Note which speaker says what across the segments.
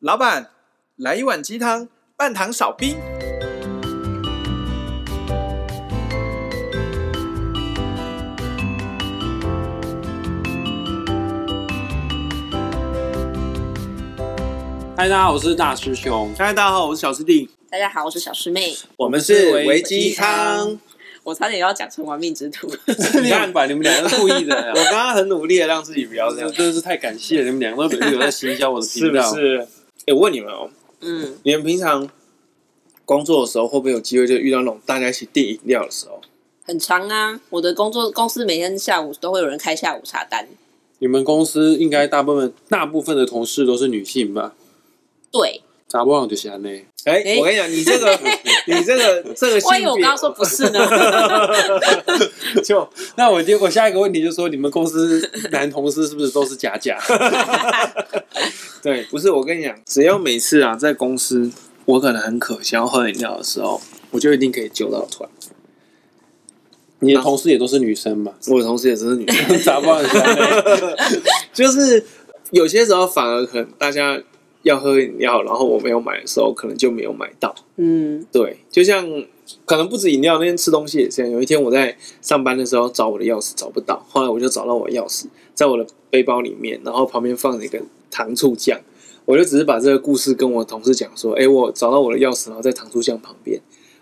Speaker 1: 老板，来一碗鸡汤，半糖少冰。
Speaker 2: 嗨，大家好，我是大师兄。
Speaker 1: 嗨，大家好，我是小师弟，
Speaker 3: 大家好，我是小师妹，
Speaker 1: 我们
Speaker 2: 是维鸡
Speaker 1: 汤。
Speaker 3: 我差点要讲成玩命之徒。
Speaker 2: 你看吧，你们两个故意 的
Speaker 1: 我，刚刚很努力的让自己不要这
Speaker 2: 真
Speaker 1: 样，
Speaker 2: 的是太感谢了你们两个都有在行销我的
Speaker 1: 是
Speaker 2: 频
Speaker 1: 不
Speaker 2: 道。
Speaker 1: 是？哎、我问你们哦，
Speaker 3: 嗯，
Speaker 1: 你们平常工作的时候，会不会有机会就遇到那种大家一起订饮料的时候？
Speaker 3: 很长啊。我的工作公司每天下午都会有人开下午茶单。
Speaker 2: 你们公司应该大部分大部分的同事都是女性吧？
Speaker 3: 对，
Speaker 2: 咋不好就是安内？
Speaker 1: 哎、
Speaker 3: 哎
Speaker 1: 我跟你讲，你这 个，你这个，这个性
Speaker 3: 万一
Speaker 1: 别，
Speaker 3: 我刚刚说不是呢？
Speaker 2: 就那我就我下一个问题就说，你们公司 男同事是不是都是假 假？
Speaker 1: 对，不是我跟你讲，只要每次啊在公司，我可能很渴，想要喝饮料的时候，我就一定可以揪到团。
Speaker 2: 你的同事也都是女生 嘛？
Speaker 1: 我的同事也真是女生。
Speaker 2: 咋不好就是安内？
Speaker 1: 就是有些时候反而可能大家要喝饮料，然后我没有买的时候，可能就没有买到。
Speaker 3: 嗯，
Speaker 1: 对，就像可能不止饮料，那天吃东西也是这样。有一天我在上班的时候找我的钥匙找不到，后来我就找到我的钥匙，在我的背包里面，然后旁边放着一个糖醋酱。我就只是把这个故事跟我同事讲说，哎，我找到我的钥匙，然后在糖醋酱旁边。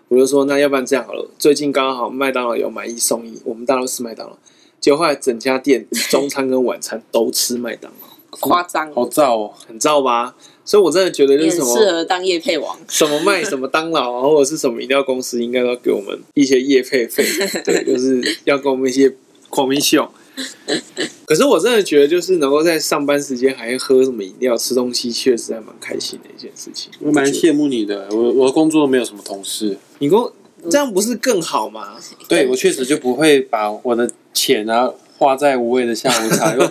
Speaker 1: 我就说，那要不然这样好了，最近刚好麦当劳有买一送一，我们大陆吃麦当劳，结果后来整家店中餐跟晚餐都吃麦当劳，
Speaker 3: 夸张，
Speaker 2: 好燥哦！
Speaker 1: 很燥吧？所以我真的觉得就
Speaker 3: 你
Speaker 1: 是什
Speaker 3: 很
Speaker 1: 么
Speaker 3: 适合当夜配王。
Speaker 1: 什么卖什么当劳啊，或者是什么饮料公司，应该都要给我们一些业配 费，对，就是要给我们一些 commission。可是我真的觉得，就是能够在上班时间还喝什么饮料、吃东西，确实还蛮开心的一件事情。
Speaker 2: 我蛮羡慕你的，我我的工作没有什么同事，
Speaker 1: 你跟我这样不是更好 吗？
Speaker 2: 对我确实就不会把我的钱啊花在无谓的下午茶，又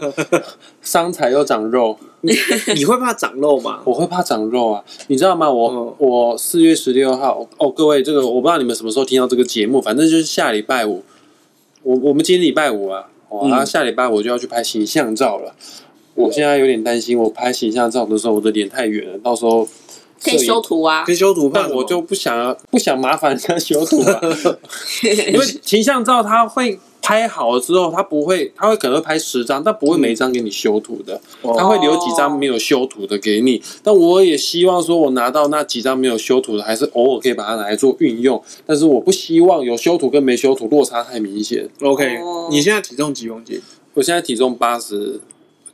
Speaker 2: 伤财又长肉。
Speaker 1: 你会怕长肉吗？
Speaker 2: 我会怕长肉啊，你知道吗？我、
Speaker 1: 嗯
Speaker 2: 我四月十六号哦，各位，这个我不知道你们什么时候听到这个节目，反正就是下礼拜五，我我们今天礼拜五啊，哦，
Speaker 1: 嗯
Speaker 2: 然后下礼拜我就要去拍形象照了。我现在有点担心，我拍形象照的时候，我的脸太圆了，到时候
Speaker 3: 可以
Speaker 2: 摄影
Speaker 3: 修图啊，
Speaker 1: 跟修图怕
Speaker 2: 但
Speaker 1: 什么
Speaker 2: 我就不想要不想麻烦人家修图啊，因为形象照它会拍好了之后，它不会，它会可能会拍十张，但不会每一张给你修图的，
Speaker 1: 哦
Speaker 2: 它会留几张没有修图的给你。但我也希望说，我拿到那几张没有修图的，还是偶尔可以把它拿来做运用，但是我不希望有修图跟没修图落差太明显。
Speaker 1: OK
Speaker 3: 哦。
Speaker 1: 你现在体重几公斤？
Speaker 2: 我现在体重八十，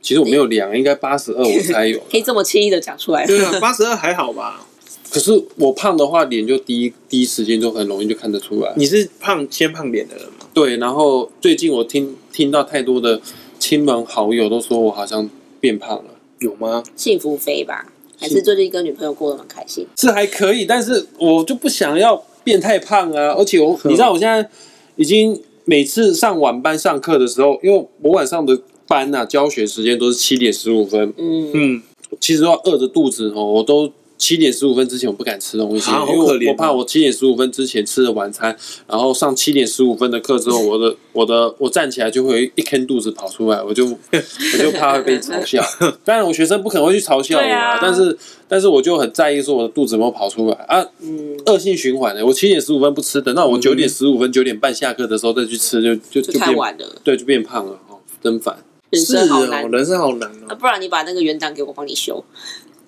Speaker 2: 其实我没有量，应该八十二我才有。
Speaker 3: 可以这么轻易的讲出来。
Speaker 1: 对啊，八十二还好吧？
Speaker 2: 可是我胖的话，脸就第一第一时间就很容易就看得出来。
Speaker 1: 你是胖先胖脸的人吗？
Speaker 2: 对，然后最近我听听到太多的亲朋好友都说我好像变胖了，
Speaker 1: 有吗？
Speaker 3: 幸福飞吧，还是最近跟女朋友过得蛮开心。
Speaker 2: 是还可以，但是我就不想要变太胖啊。而且我，你知道我现在已经每次上晚班上课的时候，因为我晚上的班啊，教学时间都是七点十五分，
Speaker 3: 嗯，
Speaker 1: 嗯，
Speaker 2: 其实都要饿着肚子哦，我都。七点十五分之前我不敢吃东西，
Speaker 1: 啊好
Speaker 2: 因为我
Speaker 1: 可怜哦
Speaker 2: 我怕我七点十五分之前吃了晚餐，然后上七点十五分的课之后，我的 我的我站起来就会有一坑肚子跑出来，我就我就怕会被嘲笑。当然我学生不可能会去嘲笑我
Speaker 3: 对啊
Speaker 2: 但是但是我就很在意说我的肚子有没有跑出来啊，
Speaker 3: 嗯，
Speaker 2: 恶性循环的、欸我七点十五分不吃，等到
Speaker 1: 嗯
Speaker 2: 我九点十五分、九点半下课的时候再去吃，就就
Speaker 3: 就
Speaker 2: 就
Speaker 3: 太
Speaker 2: 变
Speaker 3: 晚了，
Speaker 2: 对，就变胖了哦，真烦。
Speaker 3: 人
Speaker 1: 是
Speaker 3: 生好
Speaker 1: 哦
Speaker 3: 难，。
Speaker 1: 人生好难
Speaker 3: 啊
Speaker 1: 哦。
Speaker 3: 不然你把那个原档给我，帮你修。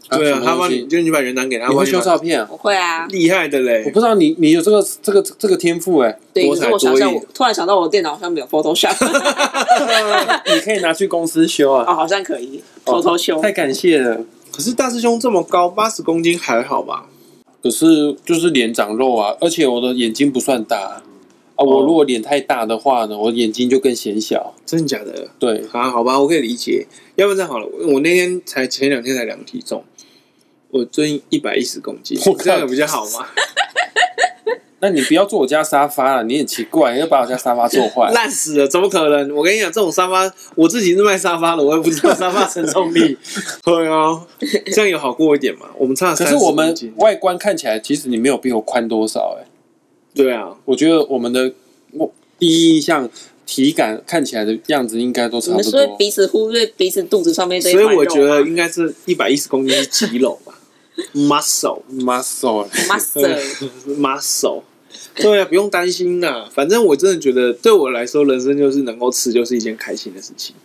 Speaker 1: 对
Speaker 2: 什
Speaker 1: 啊，
Speaker 2: 么
Speaker 1: 他
Speaker 2: 东
Speaker 1: 帮
Speaker 2: 西
Speaker 1: 你，就你把原档给他，
Speaker 2: 你
Speaker 1: 帮
Speaker 2: 会
Speaker 1: 你
Speaker 2: 修
Speaker 1: 把
Speaker 2: 照片啊？
Speaker 3: 我会啊，
Speaker 1: 厉害的嘞
Speaker 2: 我！不知道你你有这个这个这个天赋哎、
Speaker 3: 对，
Speaker 1: 多
Speaker 3: 可
Speaker 1: 才
Speaker 3: 是我想
Speaker 1: 多
Speaker 3: 想，
Speaker 1: 艺
Speaker 3: 我突然想到我电脑好像没有 Photoshop，
Speaker 2: 你可以拿去公司修啊，
Speaker 3: 哦，好像可以偷偷修。
Speaker 2: 太感谢了。
Speaker 1: 可是大师兄这么高，八十公斤还好吧？
Speaker 2: 可是就是脸长肉啊，而且我的眼睛不算大啊，啊
Speaker 3: 哦
Speaker 2: 我如果脸太大的话呢，我眼睛就更显小。
Speaker 1: 真的假的？
Speaker 2: 对，
Speaker 1: 啊，好吧，我可以理解。要不然这样好了，我我那天才前两天才量体重，我最近一百一十公斤
Speaker 2: 我，靠
Speaker 1: 这样有比较好 吗？
Speaker 2: 那你不要坐我家沙发啊了，你很奇怪，要把我家沙发坐 坏。
Speaker 1: 烂死了，怎么可能？我跟你讲，这种沙发我自己是卖沙发的，我也不知道沙发承受 力。对啊，这样有好过一点嘛？我们差了
Speaker 2: 可
Speaker 1: 30
Speaker 2: 是我们
Speaker 1: 公斤
Speaker 2: 外观看起来，其实你没有比我宽多少哎、
Speaker 1: 对啊，
Speaker 2: 我觉得我们的我第一印象体感看起来的样子应该都
Speaker 3: 你
Speaker 2: 差
Speaker 3: 们
Speaker 2: 不
Speaker 3: 是不是
Speaker 2: 多。
Speaker 3: 彼此忽略彼此肚子上面这一
Speaker 1: 所以
Speaker 3: 块肉吗？
Speaker 1: 我觉得应该是一百一十公斤是肌肉吧。 muscle
Speaker 2: muscle 啊嗯
Speaker 3: muscle，
Speaker 1: muscle。对啊，不用担心啦。反正我真的觉得，对我来说，人生就是能够吃，就是一件开心的事情。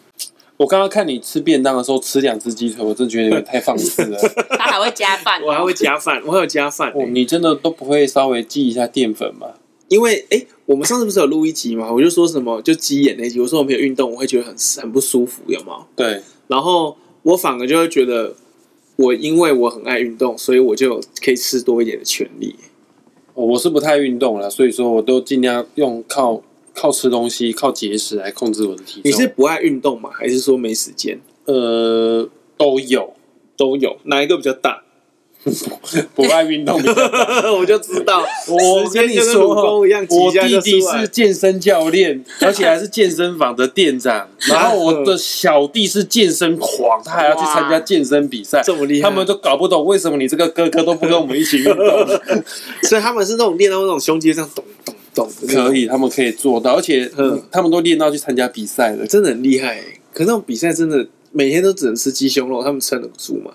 Speaker 2: 我刚刚看你吃便当的时候吃两只鸡腿，我真的觉得有点太放肆了。
Speaker 3: 他还会加 饭，
Speaker 1: 我还会加饭，我还有加饭、
Speaker 2: 哦，你真的都不会稍微记一下淀粉吗？
Speaker 1: 因为哎、诶我们上次不是有录一集嘛？我就说什么就鸡眼那集，我说我没有运动，我会觉得很很不舒服，有没有？
Speaker 2: 对，
Speaker 1: 然后我反而就会觉得，我因为我很爱运动，所以我就有可以吃多一点的权利。
Speaker 2: 哦我我是不太运动了，所以说我都尽量用靠靠吃东西、靠节食来控制我的体重。
Speaker 1: 你是不爱运动吗？还是说没时间？
Speaker 2: 呃都有
Speaker 1: 都有，哪一个比较大？
Speaker 2: 不爱运动比较多？
Speaker 1: 我就知 道，
Speaker 2: 我
Speaker 1: 时
Speaker 2: 跟
Speaker 1: 间
Speaker 2: 你
Speaker 1: 就跟
Speaker 2: 说，
Speaker 1: 武功一样，挤
Speaker 2: 我
Speaker 1: 一下
Speaker 2: 弟
Speaker 1: 就
Speaker 2: 弟
Speaker 1: 出来
Speaker 2: 是健身教练，而且还是健身房的店长。然后我
Speaker 1: 嗯
Speaker 2: 的小弟是健身狂，他还要去参加健身比赛。
Speaker 1: 这么厉害，
Speaker 2: 他们都搞不懂为什么你这个哥哥都不跟我们一起运 动。
Speaker 1: 所以他们是那种练到那种胸肌这样咚咚咚的那种，
Speaker 2: 可以，他们可以做到，而且
Speaker 1: 嗯
Speaker 2: 他们都练到去参加比赛了。
Speaker 1: 真的很厉害欸、可是那种比赛真的每天都只能吃鸡胸肉，他们撑得住吗？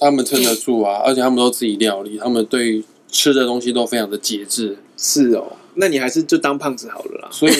Speaker 2: 他们撑得住啊，而且他们都自己料理，他们对于吃的东西都非常的节制。
Speaker 1: 是哦，那你还是就当胖子好了啦。
Speaker 2: 所以，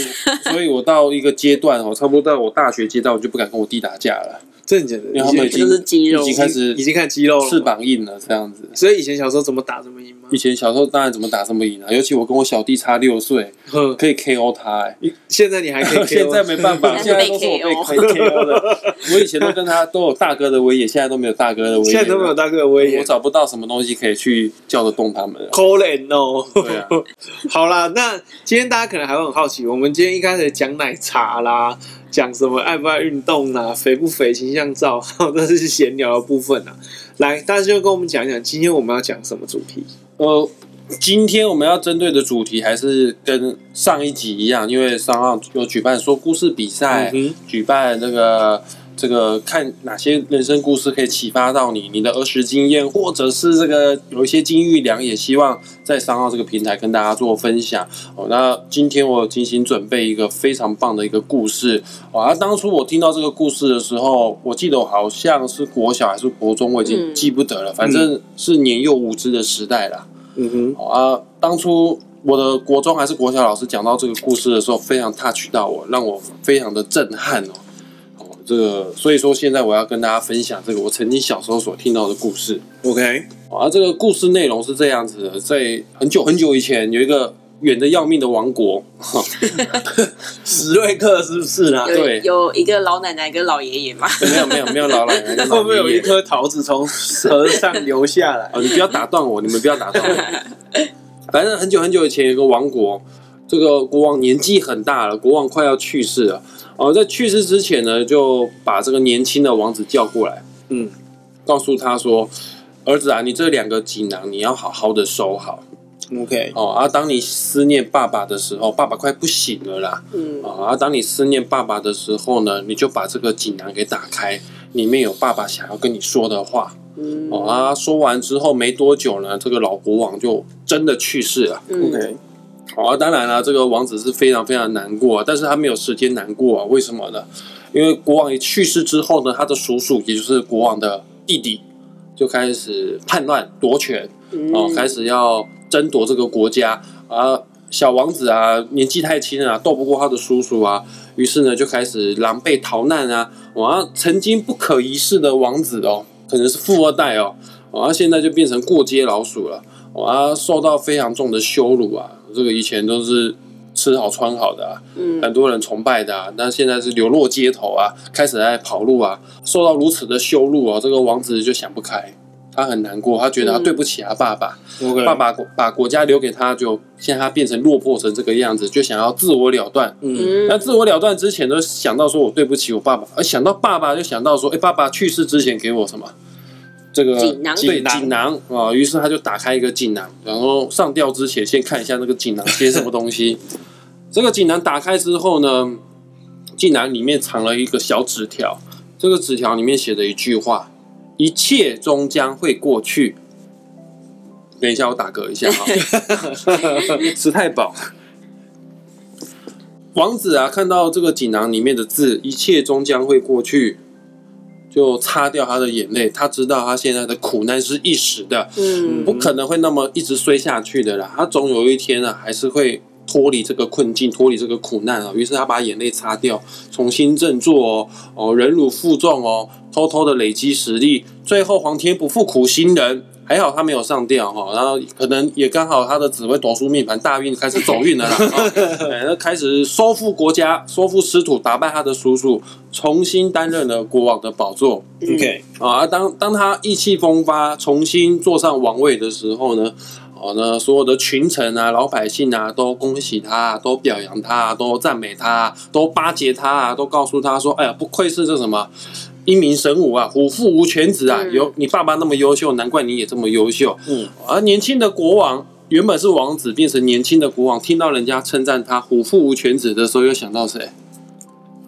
Speaker 2: 所以我到一个阶段哦，差不多到我大学阶段，我就不敢跟我弟打架了，
Speaker 1: 真的假的？
Speaker 2: 因为他们已
Speaker 1: 已经
Speaker 2: 经
Speaker 3: 就是肌肉
Speaker 2: 已经开始
Speaker 1: 已经看肌肉了，
Speaker 2: 翅？膀硬了这样子。
Speaker 1: 所以以前小时候怎么打这么硬吗
Speaker 2: 以？前小时候当然怎么打这么赢啊，尤其我跟我小弟差六岁，
Speaker 1: 哼，
Speaker 2: 可以 KO 他哎、
Speaker 1: 现在你还可以
Speaker 2: 现在没 办法，
Speaker 3: 还
Speaker 2: 现
Speaker 3: 是
Speaker 2: 在
Speaker 3: 被
Speaker 2: 都是我被
Speaker 3: KO
Speaker 2: KO 的。我以前都跟他都有大哥的威严，现在都没有大哥的威严，
Speaker 1: 现在都没有，大哥的威
Speaker 2: 我
Speaker 1: 严。
Speaker 2: 找不到什么东西可以去叫得动他们了。
Speaker 1: 可怜哦，
Speaker 2: 对啊，
Speaker 1: 好啦，那今天大家可能还会很好奇，我们今天一开始讲奶茶啦，讲什么爱不爱运动啦，肥不肥形象照， 这是闲聊的部分啊。来，大家就跟我们讲一讲，今天我们要讲什么主题？
Speaker 2: 呃，今天我们要针对的主题还是跟上一集一样，因为上上有举办说故事比赛，
Speaker 1: 嗯哼
Speaker 2: 举办那个这个看哪些人生故事可以启发到你，你的儿时经验，或者是这个有一些金玉良，也希望在商号这个平台跟大家做分享。哦，那今天我有精心准备一个非常棒的一个故事。哦，啊，当初我听到这个故事的时候，我记得我好像是国小还是国中，我已经
Speaker 3: 嗯
Speaker 2: 记不得了，反正是年幼无知的时代啦。
Speaker 1: 嗯哼，
Speaker 2: 好啊，当初我的国中还是国小老师讲到这个故事的时候，非常 touch 到我，让我非常的震撼哦。哦，这个，所以说现在我要跟大家分享这个我曾经小时候所听到的故事。
Speaker 1: OK，
Speaker 2: 哦啊，这个故事内容是这样子的，在很久很久以前，有一个远的要命的王国，
Speaker 1: 史瑞克是不是啊啦？
Speaker 3: 有
Speaker 2: 对
Speaker 3: 有一个老奶奶跟老爷爷嘛，
Speaker 2: 没有没有没有老奶奶跟
Speaker 1: 会
Speaker 2: 老
Speaker 1: 不会有
Speaker 2: 爷
Speaker 1: 一
Speaker 2: 爷。
Speaker 1: 颗桃子从河上流下来？
Speaker 2: 哦，你不要打断我，你们不要打断我。反正很久很久以前有一个王国，这个国王年纪很大了，国王快要去世了。哦，在去世之前呢，就把这个年轻的王子叫过来，
Speaker 1: 嗯，
Speaker 2: 告诉他说：“儿子啊，你这两个锦囊你要好好的收好
Speaker 1: OK，
Speaker 2: 哦。啊，当你思念爸爸的时候，爸爸快不行了啦。
Speaker 3: 嗯，
Speaker 2: 哦啊，当你思念爸爸的时候呢，你就把这个锦囊给打开，里面有爸爸想要跟你说的话。”
Speaker 3: 嗯
Speaker 2: 哦，啊，说完之后没多久呢，这个老国王就真的去世了。
Speaker 3: 嗯，
Speaker 2: 哦，啊当然了，这个王子是非常非常难过啊，但是他没有时间难过啊，为什么呢？因为国王一去世之后呢，他的叔叔也就是国王的弟弟就开始叛乱夺权，
Speaker 3: 嗯
Speaker 2: 哦，开始要争夺这个国家啊。小王子啊，年纪太轻了啊、斗不过他的叔叔啊，于是呢就开始狼狈逃难啊。哇、曾经不可一世的王子哦，可能是富二代哦，哇、现在就变成过街老鼠了。哇、受到非常重的羞辱啊！这个以前都是吃好穿好的啊，
Speaker 3: 嗯
Speaker 2: 很多人崇拜的啊，但现在是流落街头啊，开始在跑路啊，受到如此的羞辱哦、这个王子就想不开，他很难过，他觉得他啊
Speaker 3: 嗯
Speaker 2: 对不起他爸爸，
Speaker 1: ，OK，
Speaker 2: 爸，爸把国家留给他，就现在他变成落魄成这个样子，就想要自我了断。
Speaker 1: 嗯
Speaker 3: 嗯
Speaker 2: 那自我了断之前，都想到说我对不起我爸爸，而想到爸爸就想到说，哎、爸爸去世之前给我什么？这个
Speaker 3: 锦囊
Speaker 2: 对
Speaker 1: 锦囊
Speaker 2: 锦囊啊，于是他就打开一个锦囊，然后上吊之前先看一下那个锦囊写什么东西。这个锦囊打开之后呢，锦囊里面藏了一个小纸条，这个纸条里面写的一句话：“一切终将会过去。”等一下，我打嗝一下哈，吃太饱。王子啊，看到这个锦囊里面的字，一切终将会过去，就擦掉他的眼泪，他知道他现在的苦难是一时的，
Speaker 3: 嗯
Speaker 2: 不可能会那么一直衰下去的啦。他总有一天啊，还是会脱离这个困境，脱离这个苦难啊。于是他把眼泪擦掉，重新振作哦，哦，忍辱负重哦，偷偷的累积实力。最后，皇天不负苦心人。还好他没有上吊哈、哦，然后可能也刚好他的紫微斗数命盘大运开始走运了啦，哦、对，
Speaker 1: 嗯
Speaker 2: 那开始收复国家，收复失土，打败他的叔叔，重新担任了国王的宝座。
Speaker 3: 嗯
Speaker 1: OK，
Speaker 2: 啊，当当他意气风发，重新坐上王位的时候呢，哦、那所有的群臣啊、老百姓啊，都恭喜他，都表扬他，都赞美他，都巴结他，都告诉他说：“哎呀，不愧是这什么英明神武啊，虎父无犬子啊！
Speaker 3: 嗯
Speaker 2: 有你爸爸那么优秀，难怪你也这么优秀。”
Speaker 1: 嗯，
Speaker 2: 而年轻的国王原本是王子，变成年轻的国王，听到人家称赞他虎父无犬子的时候，又想到谁？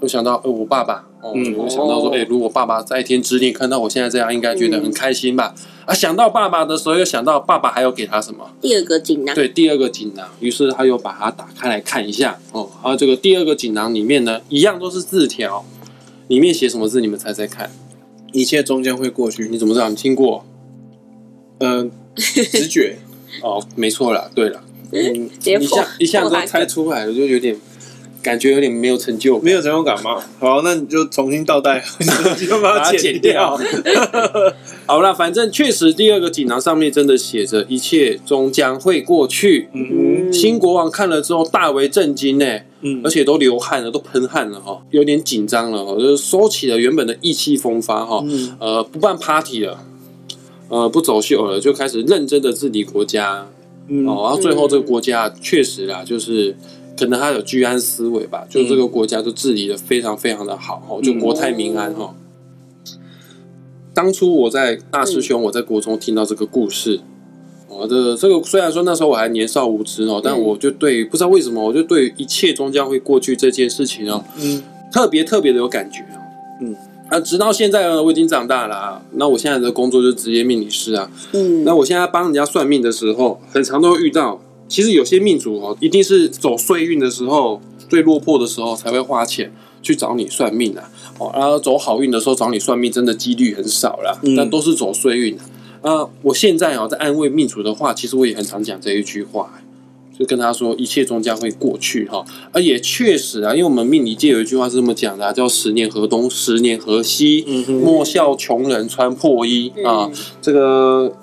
Speaker 2: 又想到呃我爸爸。哦，
Speaker 1: 嗯
Speaker 2: 我想到说，
Speaker 3: 哦
Speaker 2: 哎、如果爸爸在天之灵看到我现在这样，应该觉得很开心吧？啊，想到爸爸的时候，又想到爸爸还要给他什么？
Speaker 3: 第二个锦囊，
Speaker 2: 对，第二个锦囊，于是他又把它打开来看一下。哦，然后这个第二个锦囊里面呢，一样都是字条，里面写什么字？你们猜猜看？
Speaker 1: 一切终将会过去。
Speaker 2: 你怎么知道？你听过？
Speaker 1: 嗯，直觉，
Speaker 2: 哦，没错啦，对啦，
Speaker 1: 嗯，
Speaker 3: 直接
Speaker 2: 一
Speaker 3: 破
Speaker 2: 下一下
Speaker 3: 破
Speaker 2: 子
Speaker 3: 海
Speaker 2: 猜出来了，就有点感觉有点没有成就感，
Speaker 1: 没有成就感嘛。好，那你就重新倒带， 你就把
Speaker 2: 把它
Speaker 1: 它
Speaker 2: 剪
Speaker 1: 剪掉。。
Speaker 2: 好啦，反正确实第二个锦囊上面真的写着一切终将会过去。
Speaker 1: 嗯
Speaker 2: 新国王看了之后大为震惊呢、
Speaker 1: 嗯
Speaker 2: 而且都流汗了，都喷汗了哈、有点紧张了哦，就是收起了原本的意气风发哈、
Speaker 1: 嗯
Speaker 2: 呃，不办 party 了，呃，不走秀了，就开始认真的治理国家，
Speaker 1: 嗯
Speaker 2: 哦，然后最后这个国家确实啦，就是可能他有居安思危吧，就这个
Speaker 1: 嗯
Speaker 2: 国家就治理的非常非常的好哦，就国泰民安哦。当初我在大
Speaker 1: 嗯
Speaker 2: 师兄，我在国中听到这个故事，哦，这个这个虽然说那时候我还年少无知哦，但
Speaker 3: 嗯
Speaker 2: 我就对不知道为什么，我就对于一切终将会过去这件事情哦，
Speaker 1: 嗯
Speaker 2: 特别特别的有感觉哦。
Speaker 1: 嗯，
Speaker 2: 啊，直到现在呢，我已经长大了、啊，那我现在的工作就是职业命理师啊，
Speaker 3: 嗯
Speaker 2: 那我现在帮人家算命的时候，很常都会遇到，其实有些命主哦，一定是走岁运的时候，最落魄的时候才会花钱去找你算命啊。哦，然后走好运的时候找你算命，真的几率很少啦，
Speaker 1: 嗯
Speaker 2: 但都是走岁运啊。啊，我现在哦，在安慰命主的话，其实我也很常讲这一句话、就跟他说一切终将会过去哈、而也确实啊，因为我们命理界有一句话是这么讲的、啊，叫十年河东，十年河西，
Speaker 1: 嗯哼
Speaker 2: 莫笑穷人穿破衣、啊
Speaker 3: 嗯。
Speaker 2: 这个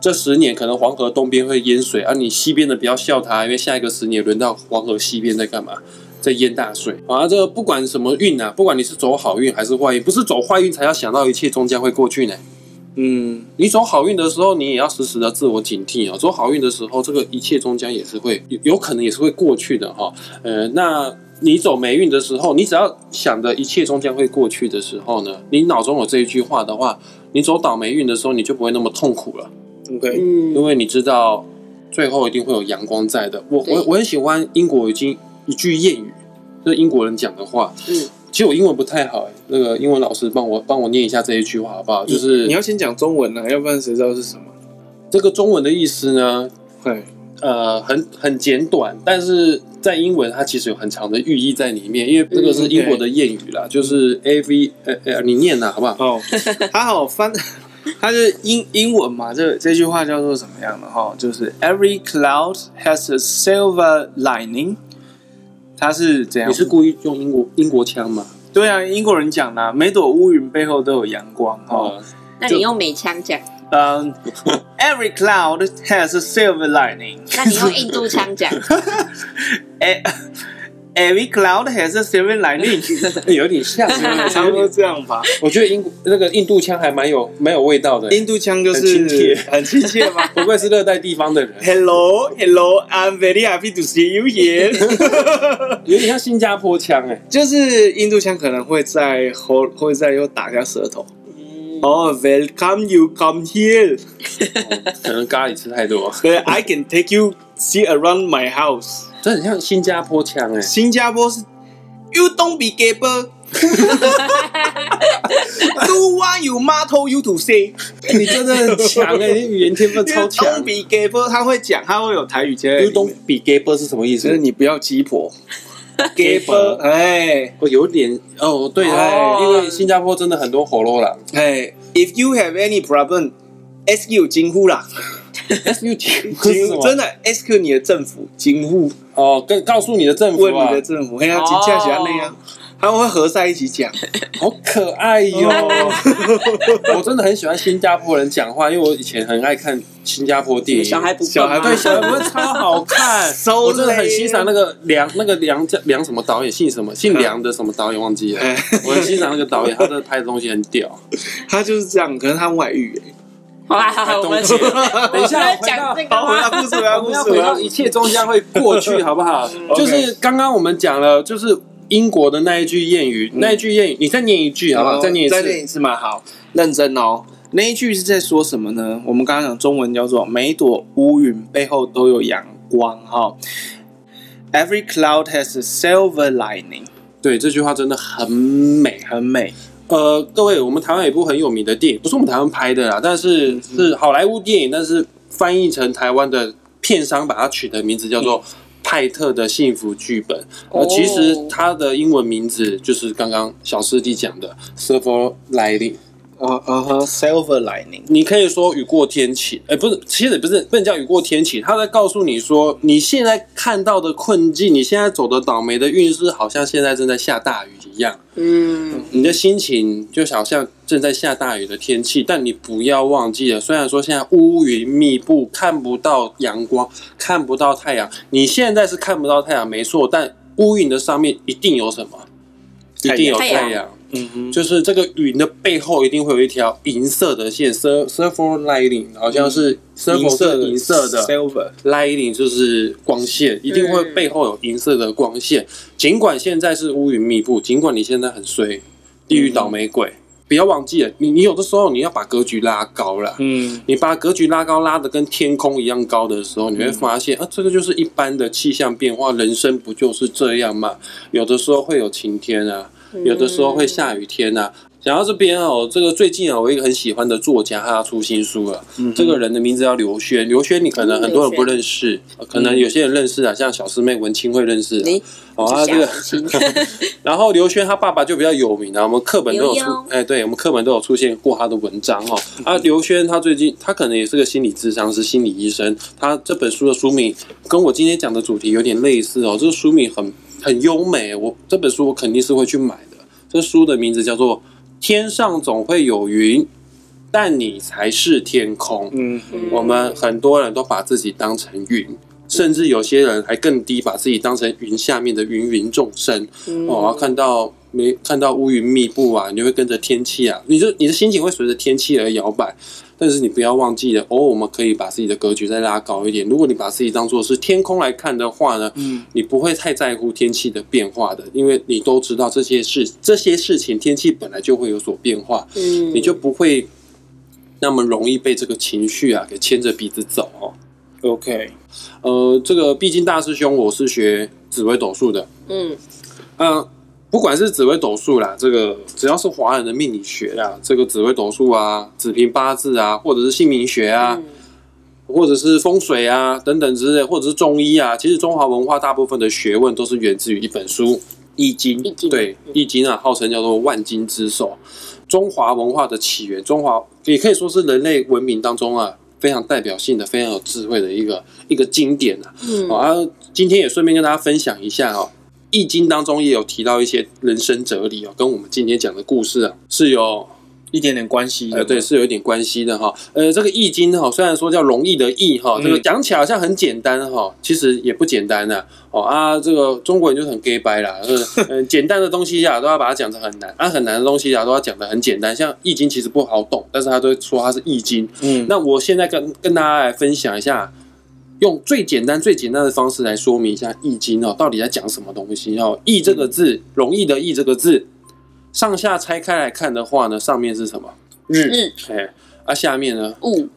Speaker 2: 这十年可能黄河东边会淹水啊，你西边的不要笑他，因为下一个十年轮到黄河西边在干嘛？在淹大水啊！这个不管什么运啊，不管你是走好运还是坏运，不是走坏运才要想到一切终将会过去呢。
Speaker 1: 嗯
Speaker 2: 你走好运的时候，你也要时时的自我警惕哦。走好运的时候，这个一切终将也是会有有可能也是会过去的哈、呃，那你走霉运的时候，你只要想着一切终将会过去的时候呢，你脑中有这一句话的话，你走倒霉运的时候，你就不会那么痛苦了，
Speaker 1: ，OK，
Speaker 3: 嗯
Speaker 2: 因为你知道最后一定会有阳光在的。我我
Speaker 3: 对
Speaker 2: 我很喜欢英国已经一句谚语，就是英国人讲的话。
Speaker 3: 嗯，
Speaker 2: 其实我英文不太好、那个英文老师帮我帮我念一下这一句话好不好？就是
Speaker 1: 嗯你要先讲中文啊，要不然谁知道是什么？
Speaker 2: 这个中文的意思呢，
Speaker 1: 对，
Speaker 2: 呃，很很简短，但是在英文它其实有很长的寓意在里面，因为这个是英国的谚语啦，就是 every 呃呃，你念啦，好不好？
Speaker 1: 哦，它好翻， 它就是英英文嘛，这这句话叫做什么样的哈？就是 Every cloud has a silver lining，它是怎样？
Speaker 2: 你是故意用英国英国腔吗？
Speaker 1: 对啊，英国人讲的啊、每朵乌云背后都有阳光哈。
Speaker 2: 哦，
Speaker 3: 那你用美腔讲，
Speaker 1: 嗯、e v e r y cloud has a silver lining。
Speaker 3: 那你用印度腔讲，
Speaker 1: 哎 Every cloud has a silver lining，
Speaker 2: 哎有点像，
Speaker 1: 差 不多这样吧。
Speaker 2: 我觉得英国那个印度腔还蛮有蛮有味道的，
Speaker 1: 印度腔就是
Speaker 2: 很亲切
Speaker 1: 很亲切吗
Speaker 2: 不愧是热带地方的人，
Speaker 1: ？Hello, hello, I'm very happy to see you here 。
Speaker 2: 有点像新加坡腔 哎，
Speaker 1: 就是印度腔可能会在喉会在又打一下舌头。哦、w e l c o m e you come here.
Speaker 2: 可能咖喱吃太多，
Speaker 1: 对，I can take you see around my house.
Speaker 2: 这很像新加坡腔哎，
Speaker 1: 新加坡是 You don't be gable. Do what you motto you to say.
Speaker 2: 你真的很强 哎，你语言天分
Speaker 1: You
Speaker 2: 超
Speaker 1: don't
Speaker 2: 强。
Speaker 1: be gable，他会讲，他会有台语接在里面。
Speaker 2: 比 gable 是什么意思
Speaker 1: 就是你不要鸡婆。给波，哎
Speaker 2: 哦，有点哦，对，
Speaker 1: 哦
Speaker 2: 哎，因为新加坡真的很多火罗啦
Speaker 1: 哎，If you have any problem。ask you 惊呼啦，
Speaker 2: ，S U T，
Speaker 1: 惊呼真的 ask you 你的政府惊呼，
Speaker 2: 哦，跟告诉你的政府
Speaker 1: 问
Speaker 2: 啊
Speaker 1: 你的，政府，哎呀，
Speaker 3: 哦
Speaker 1: 请假写那样，他们会合在一起讲，
Speaker 2: 好可爱 哟！我真的很喜欢新加坡人讲话，因为我以前很爱看新加坡电影，啊
Speaker 3: 小孩不
Speaker 1: 小
Speaker 3: 笨
Speaker 1: 孩
Speaker 3: 吗？
Speaker 1: 不
Speaker 2: 对小孩不是超好 看
Speaker 1: So，
Speaker 2: 我真的很欣赏那个梁那个梁叫梁什么导演，姓什么姓梁的什么导演忘记了，
Speaker 1: 哎，
Speaker 2: 我很欣赏那个导演，他的拍的东西很 屌。
Speaker 1: 他就是这样，可能他外遇，哎
Speaker 3: 好啦好啦，我们
Speaker 2: 东 西等一下
Speaker 3: 我们来
Speaker 2: 回到啊
Speaker 3: 讲这个
Speaker 1: 好，啊回
Speaker 3: 吗
Speaker 1: 答？故事，回答故事
Speaker 2: 我们
Speaker 1: 嗯回
Speaker 2: 要，回
Speaker 1: 答
Speaker 2: 到一切终将会过去，好 不好？就是刚刚我们讲了，就是英国的那一句谚语，那一句谚语，你再念一句好不好？再念
Speaker 1: 嗯
Speaker 2: 一
Speaker 1: 哦再念
Speaker 2: 次。
Speaker 1: 一次嘛，好，认真哦。那一句是在说什么呢？我们刚刚讲中文叫做“每一朵乌云背后都有阳光”哈。Every cloud has a silver lining，
Speaker 2: 对，这句话真的很美。
Speaker 1: 很美。
Speaker 2: 呃，各位，我们台湾有一部很有名的电影，不是我们台湾拍的啦，但是是好莱坞电影，但是翻译成台湾的片商把它取的名字叫做《派特的幸福剧本》。呃，
Speaker 3: 哦
Speaker 2: 其实它的英文名字就是刚刚小师弟讲的 “Silver Lining”。
Speaker 1: 哦哦呵，silver lining。
Speaker 2: 你可以说雨过天晴，哎、不是，其实也不是不能叫雨过天晴，他在告诉你说，你现在看到的困境，你现在走的倒霉的运势，好像现在正在下大雨一样，
Speaker 3: 嗯，
Speaker 2: 你的心情就好像正在下大雨的天气，但你不要忘记了，虽然说现在乌云密布，看不到阳光，看不到太阳，你现在是看不到太阳，没错，但乌云的上面一定有什么，一定有
Speaker 3: 太阳
Speaker 2: 太阳。
Speaker 1: 嗯哼，
Speaker 2: 就是这个云的背后一定会有一条银色的线，sur surfer lighting，好像是 surfer 是银色的
Speaker 1: silver。
Speaker 2: lighting 就是光线，一定会
Speaker 3: 嗯
Speaker 2: 背后有银色的光线。尽管现在是乌云密布，尽管你现在很衰，地狱倒霉鬼，不要忘记了，你你有的时候你要把格局拉高了。
Speaker 1: 嗯，
Speaker 2: 你把格局拉高，拉的跟天空一样高的时候，你会发现、啊，这个就是一般的气象变化，人生不就是这样嘛？有的时候会有晴天啊，有的时候会下雨天啊。讲到这边哦，这个最近啊，我有一个很喜欢的作家，他要出新书了。这个人的名字叫刘轩，嗯刘轩你可能很多人不认识，呃可能有些人认识啊，像小师妹文清会认识、啊
Speaker 3: 诶。
Speaker 2: 哦，他这个
Speaker 3: 假性
Speaker 2: 然后刘轩他爸爸就比较有名啊，我们课本都有出
Speaker 3: 刘墉，
Speaker 2: 哎，对，我们课本都有出现过他的文章哦。啊，刘轩他最近他可能也是个心理智商师、心理医生，他这本书的书名跟我今天讲的主题有点类似哦。这个书名很很优美，我这本书我肯定是会去买的。这书的名字叫做《天上总会有云，但你才是天空》。
Speaker 1: 嗯，
Speaker 2: 我们很多人都把自己当成云，甚至有些人还更低，把自己当成云下面的芸芸众生。
Speaker 1: 嗯
Speaker 2: 哦，然后看到没看到乌云密布啊，你就会跟着天气啊，你就你的心情会随着天气而摇摆。但是你不要忘记了，哦偶尔我们可以把自己的格局再拉高一点。如果你把自己当做是天空来看的话呢，
Speaker 1: 嗯，
Speaker 2: 你不会太在乎天气的变化的，因为你都知道这些事，这些事情天气本来就会有所变化。
Speaker 3: 嗯，
Speaker 2: 你就不会那么容易被这个情绪啊给牵着鼻子走哦。
Speaker 1: OK，
Speaker 2: 呃，这个毕竟大师兄我是学紫微斗数的，
Speaker 3: 嗯
Speaker 2: 嗯、不管是紫微斗数啦，这个只要是华人的命理学啦，这个紫微斗数啊、紫平八字啊，或者是姓名学啊，
Speaker 3: 嗯
Speaker 2: 或者是风水啊等等之类，或者是中医啊，其实中华文化大部分的学问都是源自于一本书。
Speaker 1: 易经
Speaker 3: 易经嗯
Speaker 2: 对，《易经》啊，号称叫做万经之首，中华文化的起源，中华也可以说是人类文明当中啊非常代表性的、非常有智慧的一个一个经典啊。
Speaker 3: 嗯
Speaker 2: 好、啊，今天也顺便跟大家分享一下哦，《易经》当中也有提到一些人生哲理哦，跟我们今天讲的故事啊是有
Speaker 1: 一点点关系
Speaker 2: 呃，
Speaker 1: 的，
Speaker 2: 对，，是有一点关系的哈。呃，这个易经哈，虽然说叫容易的易哈，这个
Speaker 1: 嗯
Speaker 2: 讲起来好像很简单哈，其实也不简单呐、哦啊，这个中国人就是很 gay 白啦，就是嗯、呃简单的东西啊，都要把它讲成很难；啊，很难的东西啊，都要讲的很简单。像易经其实不好懂，但是他都会说它是易经。
Speaker 1: 嗯，
Speaker 2: 那我现在跟跟大家来分享一下，用最简单、最简单的方式来说明一下《易经》哦，到底在讲什么东西哦。“易”这个
Speaker 1: 嗯
Speaker 2: 字，容易的“易”这个字，上下拆开来看的话呢，上面是什么？
Speaker 1: 日
Speaker 3: 日
Speaker 2: 哎，啊，下面呢？
Speaker 3: 戊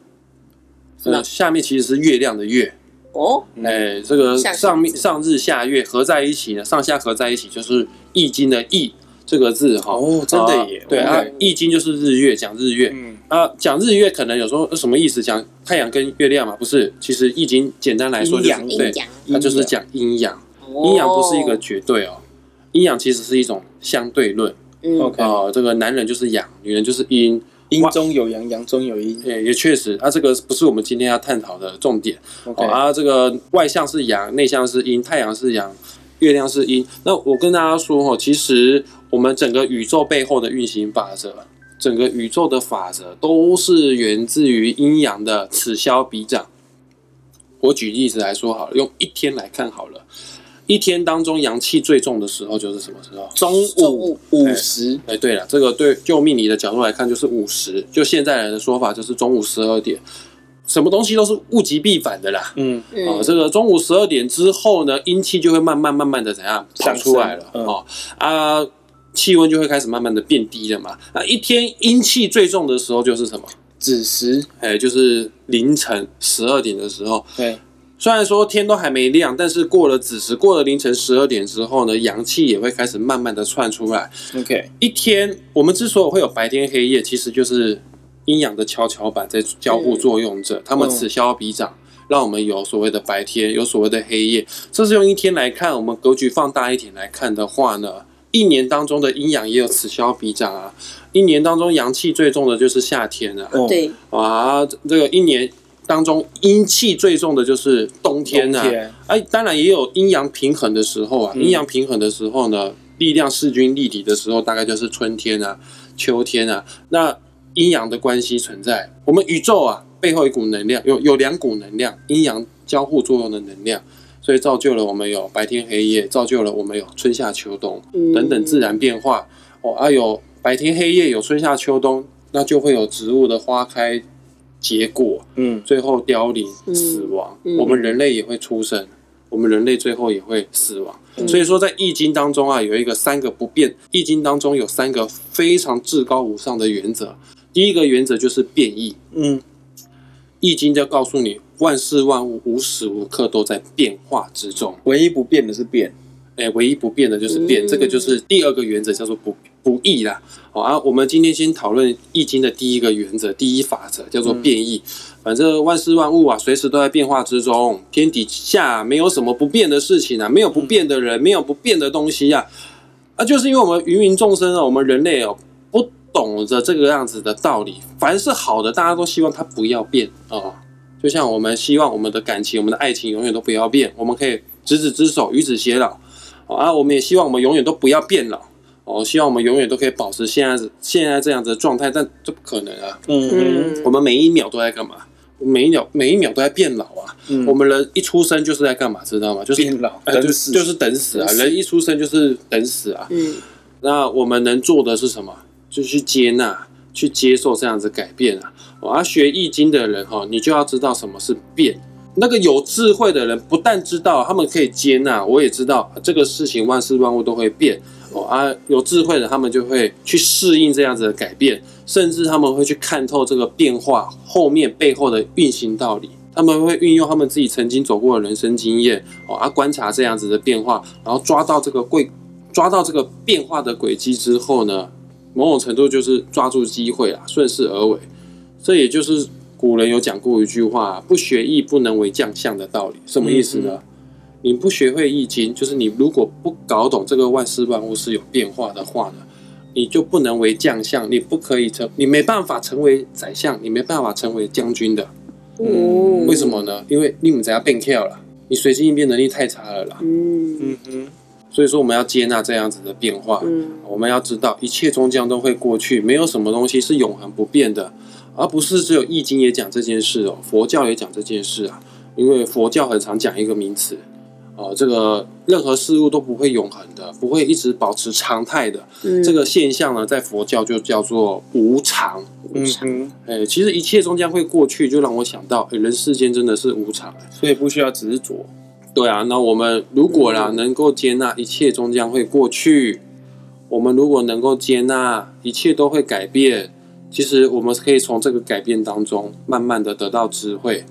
Speaker 2: 那
Speaker 3: 那
Speaker 2: 下面其实是月亮的月，
Speaker 3: 哦，
Speaker 1: 嗯
Speaker 2: 哎，这个
Speaker 3: 下
Speaker 2: 上面上日下月合在一起呢，上下合在一起就是《易经》的“易”这个字哈。
Speaker 1: 哦，真的耶
Speaker 2: 啊，对啊，
Speaker 1: OK
Speaker 2: 《易经》就是日月，讲日月。
Speaker 1: 嗯
Speaker 2: 啊，讲日月可能有时候呃什么意思？讲太阳跟月亮嘛，不是？其实《易经》简单来说就
Speaker 1: 阴
Speaker 2: 是
Speaker 1: 阳
Speaker 2: 对
Speaker 3: 阴阳，
Speaker 2: 它就是讲阴阳。
Speaker 3: 哦，
Speaker 2: 阴阳不是一个绝对哦，阴阳其实是一种相对论。
Speaker 3: 嗯
Speaker 1: OK
Speaker 2: 哦，这个男人就是阳，女人就是阴，
Speaker 1: 阴中有阳，阳中有阴。
Speaker 2: 也也确实啊，这个不是我们今天要探讨的重点。
Speaker 1: OK，
Speaker 2: 哦啊，这个外向是阳，内向是阴，太阳是阳，月亮是阴。那我跟大家说哦，其实我们整个宇宙背后的运行法则，整个宇宙的法则都是源自于阴阳的此消彼长。我举例子来说好了，用一天来看好了，一天当中阳气最重的时候就是什么时候？
Speaker 1: 中
Speaker 3: 中
Speaker 1: 午
Speaker 3: 午
Speaker 1: 五十，
Speaker 2: 哎，对了，这个对就命理的角度来看，就是午时，就现在人的说法就是中午十二点，什么东西都是物极必反的啦。
Speaker 1: 嗯，
Speaker 2: 哦，
Speaker 3: 嗯
Speaker 2: 这个中午十二点之后呢，阴气就会慢慢慢慢的怎样长
Speaker 1: 上
Speaker 2: 出来了
Speaker 1: 升、嗯
Speaker 2: 哦啊，气温就会开始慢慢的变低了嘛。那一天阴气最重的时候就是什么？
Speaker 1: 子时，
Speaker 2: 哎，就是凌晨十二点的时候，
Speaker 1: 对，
Speaker 2: 虽然说天都还没亮，但是过了子时，过了凌晨十二点之后呢，阳气也会开始慢慢的窜出来。
Speaker 1: OK，
Speaker 2: 一天，我们之所以会有白天黑夜，其实就是阴阳的跷跷板在交互作用着，它们此消彼长，让我们有所谓的白天，有所谓的黑夜。这是用一天来看，我们格局放大一点来看的话呢，一年当中的阴阳也有此消彼长啊。一年当中阳气最重的就是夏天啊，
Speaker 1: 哦，
Speaker 3: 对，
Speaker 2: 啊，这个一年当中阴气最重的就是冬天啊。
Speaker 1: 冬天嗯
Speaker 2: 哎，当然也有阴阳平衡的时候啊。阴阳平衡的时候呢，力量势均力敌的时候，大概就是春天啊、秋天啊。那阴阳的关系存在，我们宇宙啊背后一股能量，有有两股能量，阴阳交互作用的能量，所以造就了我们有白天黑夜，造就了我们有春夏秋冬
Speaker 3: 嗯
Speaker 2: 等等自然变化。哦，啊有白天黑夜，有春夏秋冬，那就会有植物的花开结果。
Speaker 1: 嗯，
Speaker 2: 最后凋零、
Speaker 3: 嗯
Speaker 2: 死亡，
Speaker 3: 嗯
Speaker 2: 我们人类也会出生，我们人类最后也会死亡。
Speaker 3: 嗯
Speaker 2: 所以说，在《易经》当中啊，有一个三个不变，《易经》当中有三个非常至高无上的原则。第一个原则就是变异，
Speaker 1: 嗯，
Speaker 2: 《易经》就告诉你，万事万物无时无刻都在变化之中。
Speaker 1: 唯一不变的是变，
Speaker 2: 哎，唯一不变的就是变，
Speaker 3: 嗯
Speaker 2: 这个就是第二个原则，叫做不不易啦。好、啊，我们今天先讨论《易经》的第一个原则，第一法则叫做变易。反正万事万物啊，随时都在变化之中，天底下没有什么不变的事情啊，没有不变的人，没有不变的东西啊。啊，就是因为我们芸芸众生啊，我们人类哦，不懂得这个样子的道理。凡是好的，大家都希望它不要变啊、哦就像我们希望我们的感情、我们的爱情永远都不要变，我们可以执子之手，与子偕老。哦啊，我们也希望我们永远都不要变老。哦，希望我们永远都可以保持现在现在这样子的状态，但这不可能啊！
Speaker 1: 嗯
Speaker 2: 我们每一秒都在干嘛？每一秒每一秒都在变老啊！
Speaker 1: 嗯
Speaker 2: 我们人一出生就是在干嘛？知道吗？就是
Speaker 1: 变老
Speaker 2: 哎就
Speaker 1: 等死
Speaker 2: 就是等死啊！
Speaker 1: 等死
Speaker 2: 人一出生就是等死啊！
Speaker 3: 嗯
Speaker 2: 那我们能做的是什么？就去接纳、去接受这样子改变啊！我、哦、要、啊、学易经的人哈、哦，你就要知道什么是变。那个有智慧的人，不但知道他们可以接纳，我也知道啊这个事情万事万物都会变哦啊。有智慧的他们就会去适应这样子的改变，甚至他们会去看透这个变化后面背后的运行道理。他们会运用他们自己曾经走过的人生经验哦啊，观察这样子的变化，然后抓到这个贵抓到这个变化的轨迹之后呢，某种程度就是抓住机会啊，顺势而为。这也就是古人有讲过一句话：“不学易，不能为将相”的道理。什么意思呢？你不学会易经，就是你如果不搞懂这个万事万物是有变化的话呢，你就不能为将相，你不可以成，你没办法成为宰相，你没办法成为将军的。
Speaker 3: 嗯
Speaker 2: 为什？么呢？因为你们只要变 K 了，你随机应变能力太差了啦。
Speaker 3: 嗯
Speaker 1: 嗯哼，
Speaker 2: 所以说，我们要接纳这样子的变化。
Speaker 3: 嗯
Speaker 2: 我们要知道，一切终将都会过去，没有什么东西是永恒不变的，而不是只有《易经》也讲这件事哦，佛教也讲这件事啊。因为佛教很常讲一个名词，哦，这个任何事物都不会永恒的，不会一直保持常态的。
Speaker 3: 嗯，
Speaker 2: 这个现象呢，在佛教就叫做无常。
Speaker 1: 嗯哼，
Speaker 2: 哎，其实一切终将会过去，就让我想到，哎，人世间真的是无常。
Speaker 1: 所以不需要执着，
Speaker 2: 对啊，那我们如果啦、能够接纳一切终将会过去，我们如果能够接纳一切都会改变，其实我们可以从这个改变当中慢慢的得到智慧。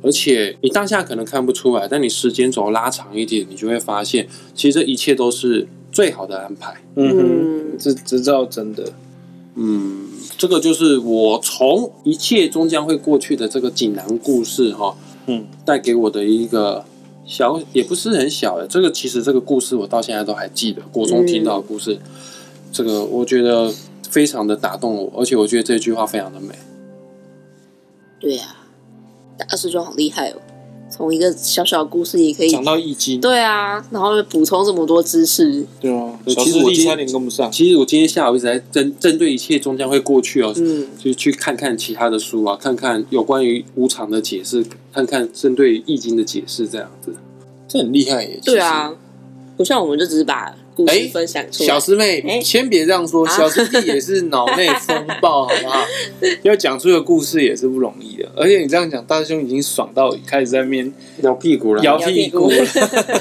Speaker 2: 而且你当下可能看不出来，但你时间轴拉长一点，你就会发现，其实这一切都是最好的安排。
Speaker 1: 嗯哼，
Speaker 3: 嗯
Speaker 1: 这这照真的，
Speaker 2: 嗯，这个就是我从一切终将会过去的这个锦囊故事哈、
Speaker 1: 嗯，
Speaker 2: 带给我的一个小也不是很小的。这个其实这个故事我到现在都还记得，国中听到的故事，这个我觉得非常的打动我，而且我觉得这句话非常的美。
Speaker 3: 对啊，大师兄好厉害哦，从一个小小的故事也可以，
Speaker 1: 讲到易经，
Speaker 3: 对啊，然后又补充这么多知识，
Speaker 1: 对啊，
Speaker 2: 对
Speaker 1: 小
Speaker 2: 其实
Speaker 1: 师
Speaker 2: 我
Speaker 1: 弟
Speaker 2: 今
Speaker 1: 差点跟不上。
Speaker 2: 其实我今天下午一直在针针对一切终将会过去哦，
Speaker 3: 嗯，
Speaker 2: 就去看看其他的书啊，看看有关于无常的解释，看看针对易经的解释，这样子。
Speaker 1: 这很厉害耶！
Speaker 3: 对啊，不像我们就只是把故
Speaker 1: 哎
Speaker 3: 事分享
Speaker 1: 其
Speaker 3: 出
Speaker 1: 实，
Speaker 3: 来，
Speaker 1: 小师妹，
Speaker 3: 哎
Speaker 1: 先别这样说，
Speaker 3: 啊
Speaker 1: 小师弟也是脑内风暴，好 不好？要讲出一个故事也是不容易的，而且你这样讲，大师兄已经爽到开始在那边
Speaker 2: 摇屁股了，
Speaker 1: 摇
Speaker 3: 嗯摇
Speaker 1: 屁
Speaker 3: 屁
Speaker 1: 股
Speaker 3: 股
Speaker 1: 了。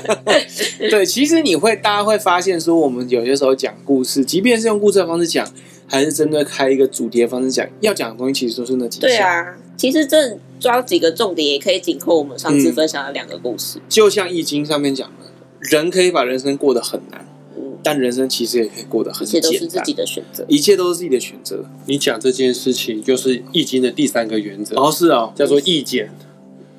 Speaker 1: 对，其实你会，大家会发现说，我们有些时候讲故事，即便是用故事的方式讲，还是针对开一个主题的方式讲，要讲的东西其实都是那几项。
Speaker 3: 对，啊，其实这抓几个重点也可以紧扣我们上次分享的两个故事，
Speaker 1: 就像《易经》上面讲的，人可以把人生过得很难，
Speaker 3: 嗯，
Speaker 1: 但人生其实也可以过得
Speaker 3: 一
Speaker 1: 很
Speaker 3: 切
Speaker 1: 简
Speaker 3: 都
Speaker 1: 单。
Speaker 3: 是自己的选择，
Speaker 1: 一切都是自己的选择。
Speaker 2: 你讲这件事情就是易经的第三个原则，
Speaker 1: 哦，是哦，
Speaker 2: 叫做易简。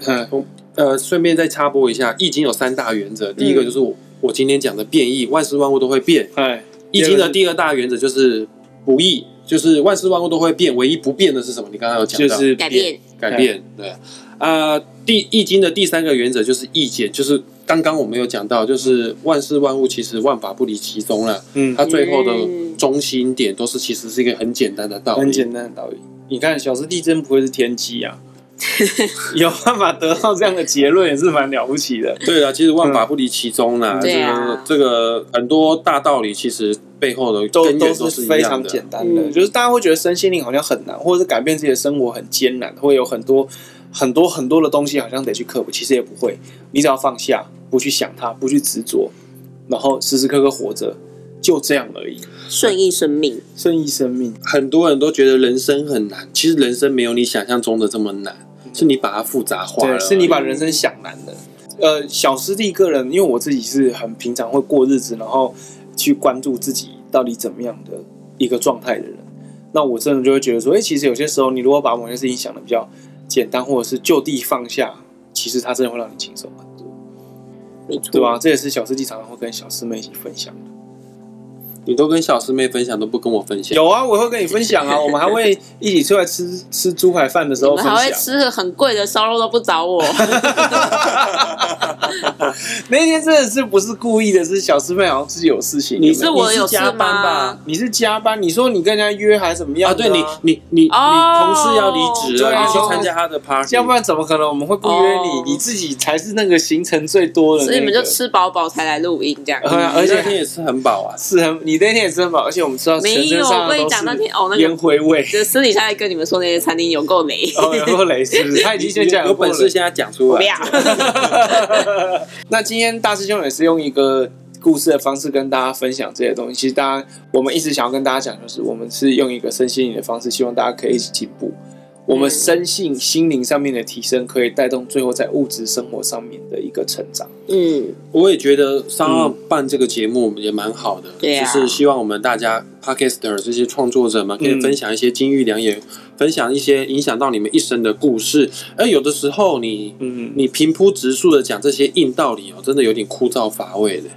Speaker 1: 嗯
Speaker 2: 呃，顺便再插播一下，易经有三大原则，第一个就是我、我今天讲的变易，万事万物都会变。
Speaker 1: 哎，
Speaker 2: 易经的第二大原则就是不易，就是万事万物都会变，唯一不变的是什么？你刚刚有讲
Speaker 1: 就
Speaker 2: 到，
Speaker 1: 是哎
Speaker 3: 改变，
Speaker 2: 改变，对啊。啊第易经的第三个原则就是易简，就是刚刚我们有讲到，就是万事万物其实万法不离其宗了，
Speaker 1: 嗯，
Speaker 2: 它最后的
Speaker 3: 嗯
Speaker 2: 中心点都是其实是一个很简单的道理，
Speaker 1: 很简单的道理。你看，小师弟真不会是天机 啊，有办法得到这样的结论也是蛮了不起的。
Speaker 2: 对啊，其实万法不离其宗啦，
Speaker 1: 嗯
Speaker 2: 这
Speaker 3: 对
Speaker 2: 个
Speaker 3: 啊
Speaker 2: 这个很多大道理，其实背后的
Speaker 1: 都
Speaker 2: 根源
Speaker 1: 都
Speaker 2: 是一
Speaker 1: 非
Speaker 2: 样
Speaker 1: 常
Speaker 2: 的。
Speaker 1: 简单的，
Speaker 3: 嗯
Speaker 1: 就是大家会觉得身心灵好像很难，或者是改变自己的生活很艰难，会有很多很多很多的东西好像得去克服，其实也不会，你只要放下，不去想它，不去执着，然后时时刻刻活着，就这样而已，
Speaker 3: 顺应生命，
Speaker 1: 顺应生命。
Speaker 2: 很多人都觉得人生很难，其实人生没有你想象中的这么难，是你把它复杂
Speaker 1: 嗯
Speaker 2: 化
Speaker 1: 对，
Speaker 2: 了，
Speaker 1: 是你把人生想难了。呃，小师弟个人，因为我自己是很平常会过日子，然后去关注自己到底怎么样的一个状态的人，那我真的就会觉得说，哎、其实有些时候你如果把某些事情想的比较简单，或者是就地放下，其实它真的会让你轻松很多，
Speaker 3: 没错，
Speaker 1: 对啊吧、这也是小师弟常常会跟小师妹一起分享的。
Speaker 2: 你都跟小师妹分享，都不跟我分享。
Speaker 1: 有啊，我会跟你分享啊，我们还会一起出来吃吃猪排饭的时
Speaker 3: 我
Speaker 1: 候
Speaker 3: 们
Speaker 1: 分
Speaker 3: 还会
Speaker 1: 享。
Speaker 3: 吃很贵的烧肉都不找我，
Speaker 1: 那天真的是不是故意的，是小师妹好像自己有事情。
Speaker 2: 你
Speaker 1: 有没有
Speaker 3: 是我有事
Speaker 2: 加班吧
Speaker 3: 吗？
Speaker 1: 你是加班，你说你跟人家约还是怎么样、
Speaker 2: 啊，对你，你你你同
Speaker 3: 哦
Speaker 2: 事要离职
Speaker 1: 对
Speaker 2: 了，
Speaker 1: 啊
Speaker 2: 你去参加他的 party，
Speaker 1: 要不然怎么可能我们会不约你？
Speaker 3: 哦
Speaker 1: 你自己才是那个行程最多的、那
Speaker 3: 所
Speaker 1: 个
Speaker 3: 以你们就吃饱饱才来录音这样。
Speaker 1: 对啊而
Speaker 2: 而
Speaker 1: 且
Speaker 2: 且那天也吃很饱啊。
Speaker 1: 是很，你那天也真饱，而且我们吃到全
Speaker 3: 没
Speaker 1: 身
Speaker 3: 有，
Speaker 1: 上下
Speaker 3: 我跟你
Speaker 1: 都
Speaker 3: 讲那天哦，那
Speaker 1: 是烟
Speaker 3: 个
Speaker 1: 灰 味。
Speaker 3: 就私底下跟你们说那些餐厅有够雷，
Speaker 1: 哦，有过雷是不是？他已经先讲
Speaker 2: 有本事
Speaker 1: 过
Speaker 2: 现在讲出
Speaker 3: 我
Speaker 2: 来
Speaker 3: 不。要。
Speaker 1: 那今天大师兄也是用一个故事的方式跟大家分享这些东西。其实大家，我们一直想要跟大家讲，就是我们是用一个身心灵的方式，希望大家可以一起进步。我们深信心灵上面的提升，可以带动最后在物质生活上面的一个成长。
Speaker 3: 嗯，
Speaker 2: 我也觉得商浪办这个节目也蛮好的，
Speaker 3: 对啊
Speaker 2: 就是希望我们大家 podcaster 这些创作者们可以分享一些金玉良
Speaker 3: 嗯
Speaker 2: 言，分享一些影响到你们一生的故事。而有的时候你
Speaker 1: 嗯，
Speaker 2: 你平铺直述的讲这些硬道理哦，真的有点枯燥乏味的。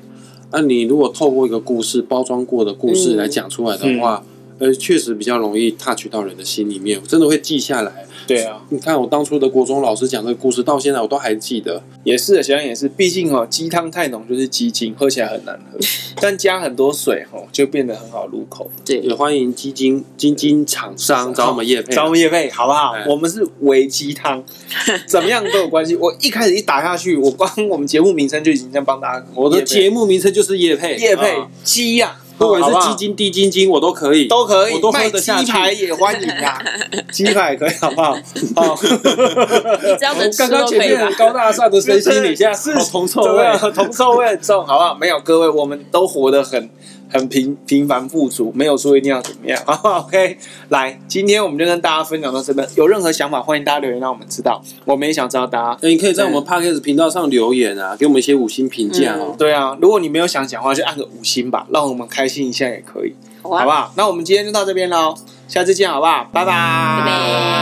Speaker 2: 那、你如果透过一个故事包装过的故事
Speaker 3: 嗯
Speaker 2: 来讲出来的话，呃，确实比较容易 touch 到人的心里面，我真的会记下来。
Speaker 1: 对啊，
Speaker 2: 你看我当初的国中老师讲这个故事，到现在我都还记得。
Speaker 1: 也是的，想想也是，毕竟哦，鸡汤太浓就是鸡精，喝起来很难喝，但加很多水哦，就变得很好入口。
Speaker 2: 也
Speaker 3: 对，
Speaker 2: 欢迎基金基金厂商找我们叶配，
Speaker 1: 招叶配好不好
Speaker 2: 哎？
Speaker 1: 我们是微鸡 汤，怎么样都有关系。我一开始一打下去，我光我们节目名称就已经在帮大家。
Speaker 2: 我的节目名称就是叶配，
Speaker 1: 叶配
Speaker 2: 啊
Speaker 1: 鸡呀，
Speaker 2: 不管
Speaker 1: 好
Speaker 2: 是
Speaker 1: 好
Speaker 2: 基金、低基金，我都可以。
Speaker 1: 都可以
Speaker 2: 我，都喝
Speaker 1: 卖
Speaker 2: 得
Speaker 1: 鸡
Speaker 2: 下去
Speaker 1: 排也欢迎 啊，鸡排也可以好不好？哦，
Speaker 3: 只要能吃
Speaker 2: 刚刚
Speaker 3: 都
Speaker 2: 前
Speaker 3: 可以
Speaker 2: 面
Speaker 3: 吧
Speaker 2: 很。高大上 的身心理，现在是哦铜臭味。
Speaker 1: 铜臭味很重，好不好？没有，各位，我们都活得很 很平平凡富足，没有说一定要怎么样，好 不好？OK，来，今天我们就跟大家分享到这边，有任何想法欢迎大家留言让我们知道，我们也想知道大家。
Speaker 2: 那你可以在我们 podcast 频道上留言啊，给我们一些五星评价哦。
Speaker 1: 对啊，如果你没有想讲话，就按个五星吧，让我们开心一下也可以，
Speaker 3: 好
Speaker 1: 好
Speaker 3: 啊
Speaker 1: 不好？那我们今天就到这边喽，下次见，好不好？拜拜，
Speaker 3: 拜拜。